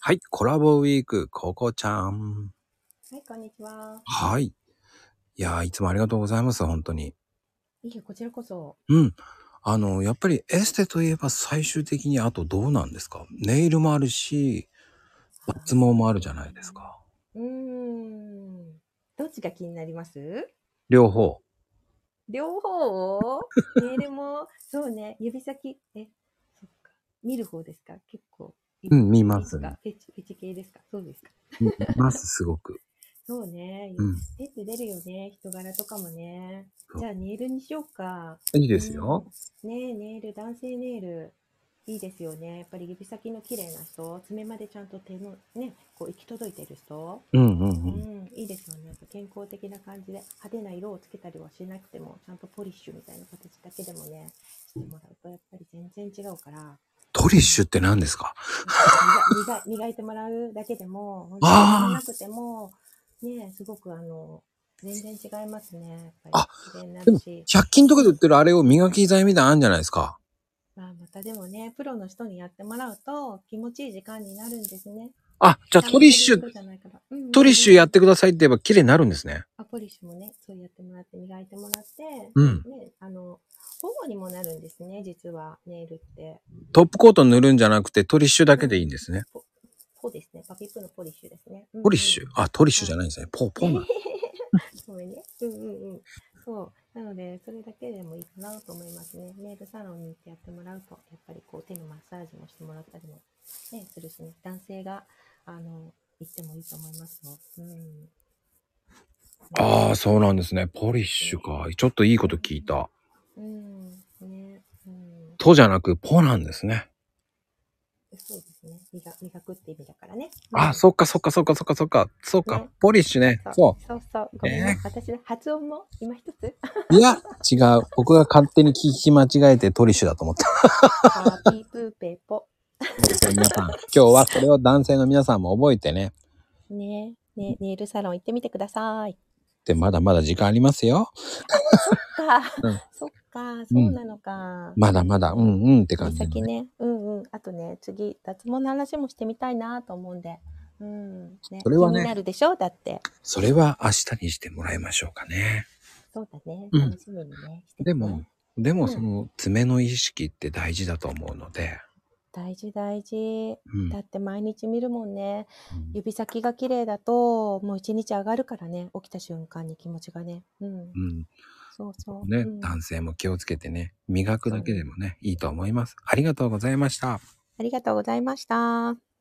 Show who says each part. Speaker 1: はい、コラボウィーク、ココちゃん。
Speaker 2: はい、こんにちは。
Speaker 1: はい。いやー、いつもありがとうございます、本当に。
Speaker 2: いいよ、こちらこそ。
Speaker 1: うん。あの、やっぱりエステといえば最終的にあとどうなんですかネイルもあるし、脱毛もあるじゃないですか。
Speaker 2: うーん。どっちが気になります
Speaker 1: 両方。
Speaker 2: 両 方をネイルも、そうね、指先、え、そっか。見る方ですか結構。
Speaker 1: うん見ます
Speaker 2: ね。フェチフェチ系ですかそうですか
Speaker 1: 見ます、すごく。
Speaker 2: そうね。
Speaker 1: うん。
Speaker 2: 手って出るよね。人柄とかもね。じゃあネイルにしようか。
Speaker 1: いいですよ。
Speaker 2: うんねえ、ネイル、男性ネイル。いいですよね。やっぱり指先の綺麗な人、爪までちゃんと手のね、こう行き届いてる人。
Speaker 1: うんうん
Speaker 2: う
Speaker 1: うん。
Speaker 2: ん、いいですよね。やっぱ健康的な感じで、派手な色をつけたりはしなくても、ちゃんとポリッシュみたいな形だけでもね、してもらうと、やっぱり全然違うから、
Speaker 1: トリッシュって何ですか
Speaker 2: 磨磨磨いてもらうだけでも、本当に
Speaker 1: あー
Speaker 2: なくても、ね、すごくあの、全然違いますね。やっぱり
Speaker 1: あ
Speaker 2: 綺麗にな
Speaker 1: で
Speaker 2: る
Speaker 1: も
Speaker 2: し。
Speaker 1: ?100 均とかで売ってるあれを磨き剤みたいなのあるんじゃないですか
Speaker 2: まあ、またでもね、プロの人にやってもらうと気持ちいい時間になるんですね。
Speaker 1: あ、じゃあトリッシュ、
Speaker 2: ュ
Speaker 1: トリッシュやっ
Speaker 2: く
Speaker 1: てくださいって言えば綺麗になるんですね。
Speaker 2: あ、ポリッシュもね、そうやってもらって、磨いてもらって、
Speaker 1: うん。
Speaker 2: ね、あの、保護にもなるんですね、実は、ネイルって。
Speaker 1: トップコート塗るんじゃなくてトリッシュだけでいいんですね。
Speaker 2: ポ、ポですね、パピプのポリッシュですね。
Speaker 1: ポリッシュ
Speaker 2: ュ
Speaker 1: あ、トリッシュじゃないんですね。ポーポンな。
Speaker 2: ごめんね。うんうんうん。そう。なので、それだけでもいいかなと思いますね。ネイルサロンに行ってやってもらうと、やっぱりこう手のマッサージもしてもらったりも、ね、するしね、男性が、あの、行ってもいいと思いますよ。うん。
Speaker 1: ああ、そうなんですね。ポリッシュか。ちょっといいこと聞いた。
Speaker 2: うん。ね。うん。
Speaker 1: とじゃなく、ポなんですね。
Speaker 2: そうですね。磨磨くって意味だからね。
Speaker 1: あ、そっかそっかそっかそっかそっか。そうか
Speaker 2: ね。
Speaker 1: ポリッシュね。
Speaker 2: そ。
Speaker 1: そう
Speaker 2: そうそう。ごめんね
Speaker 1: ね。
Speaker 2: 私の発音も今一つ。
Speaker 1: う。いや、違う。僕が勝手に聞き間違えてトリッシュだと思った。
Speaker 2: あーピープーペーポ。
Speaker 1: 皆さん、今日はこれを男性の皆さんも覚えてね。
Speaker 2: ね。ね。ネイルサロン行ってみてください。
Speaker 1: で、まだまだ時間ありますよ。
Speaker 2: か、
Speaker 1: うん
Speaker 2: そっか、そうなのか。
Speaker 1: まだまだ、うんうんって感
Speaker 2: 指
Speaker 1: じ、
Speaker 2: 先
Speaker 1: ね。
Speaker 2: ね、うんうん。あとね、次、脱毛の話もしてみたいなと思うんで。うん。ね、
Speaker 1: それは
Speaker 2: 気
Speaker 1: ね
Speaker 2: になるでしょだって。
Speaker 1: それは明日にしてもらいましょうかね。
Speaker 2: そうだね。
Speaker 1: うん
Speaker 2: 楽しみにね。してて
Speaker 1: でも、でも
Speaker 2: うん
Speaker 1: その爪の意識って大事だと思うので。
Speaker 2: 大事大事。
Speaker 1: うん
Speaker 2: だって毎日見るもんね。指先が綺麗だと、もう一日上がるからね。起きた瞬間に気持ちがね。うん
Speaker 1: う。ん。
Speaker 2: そうそう。
Speaker 1: ね、
Speaker 2: うん、あ
Speaker 1: 男性も気をつけてね、磨くだけでもね、いいと思います。ありがとうございました。
Speaker 2: りがとうございました。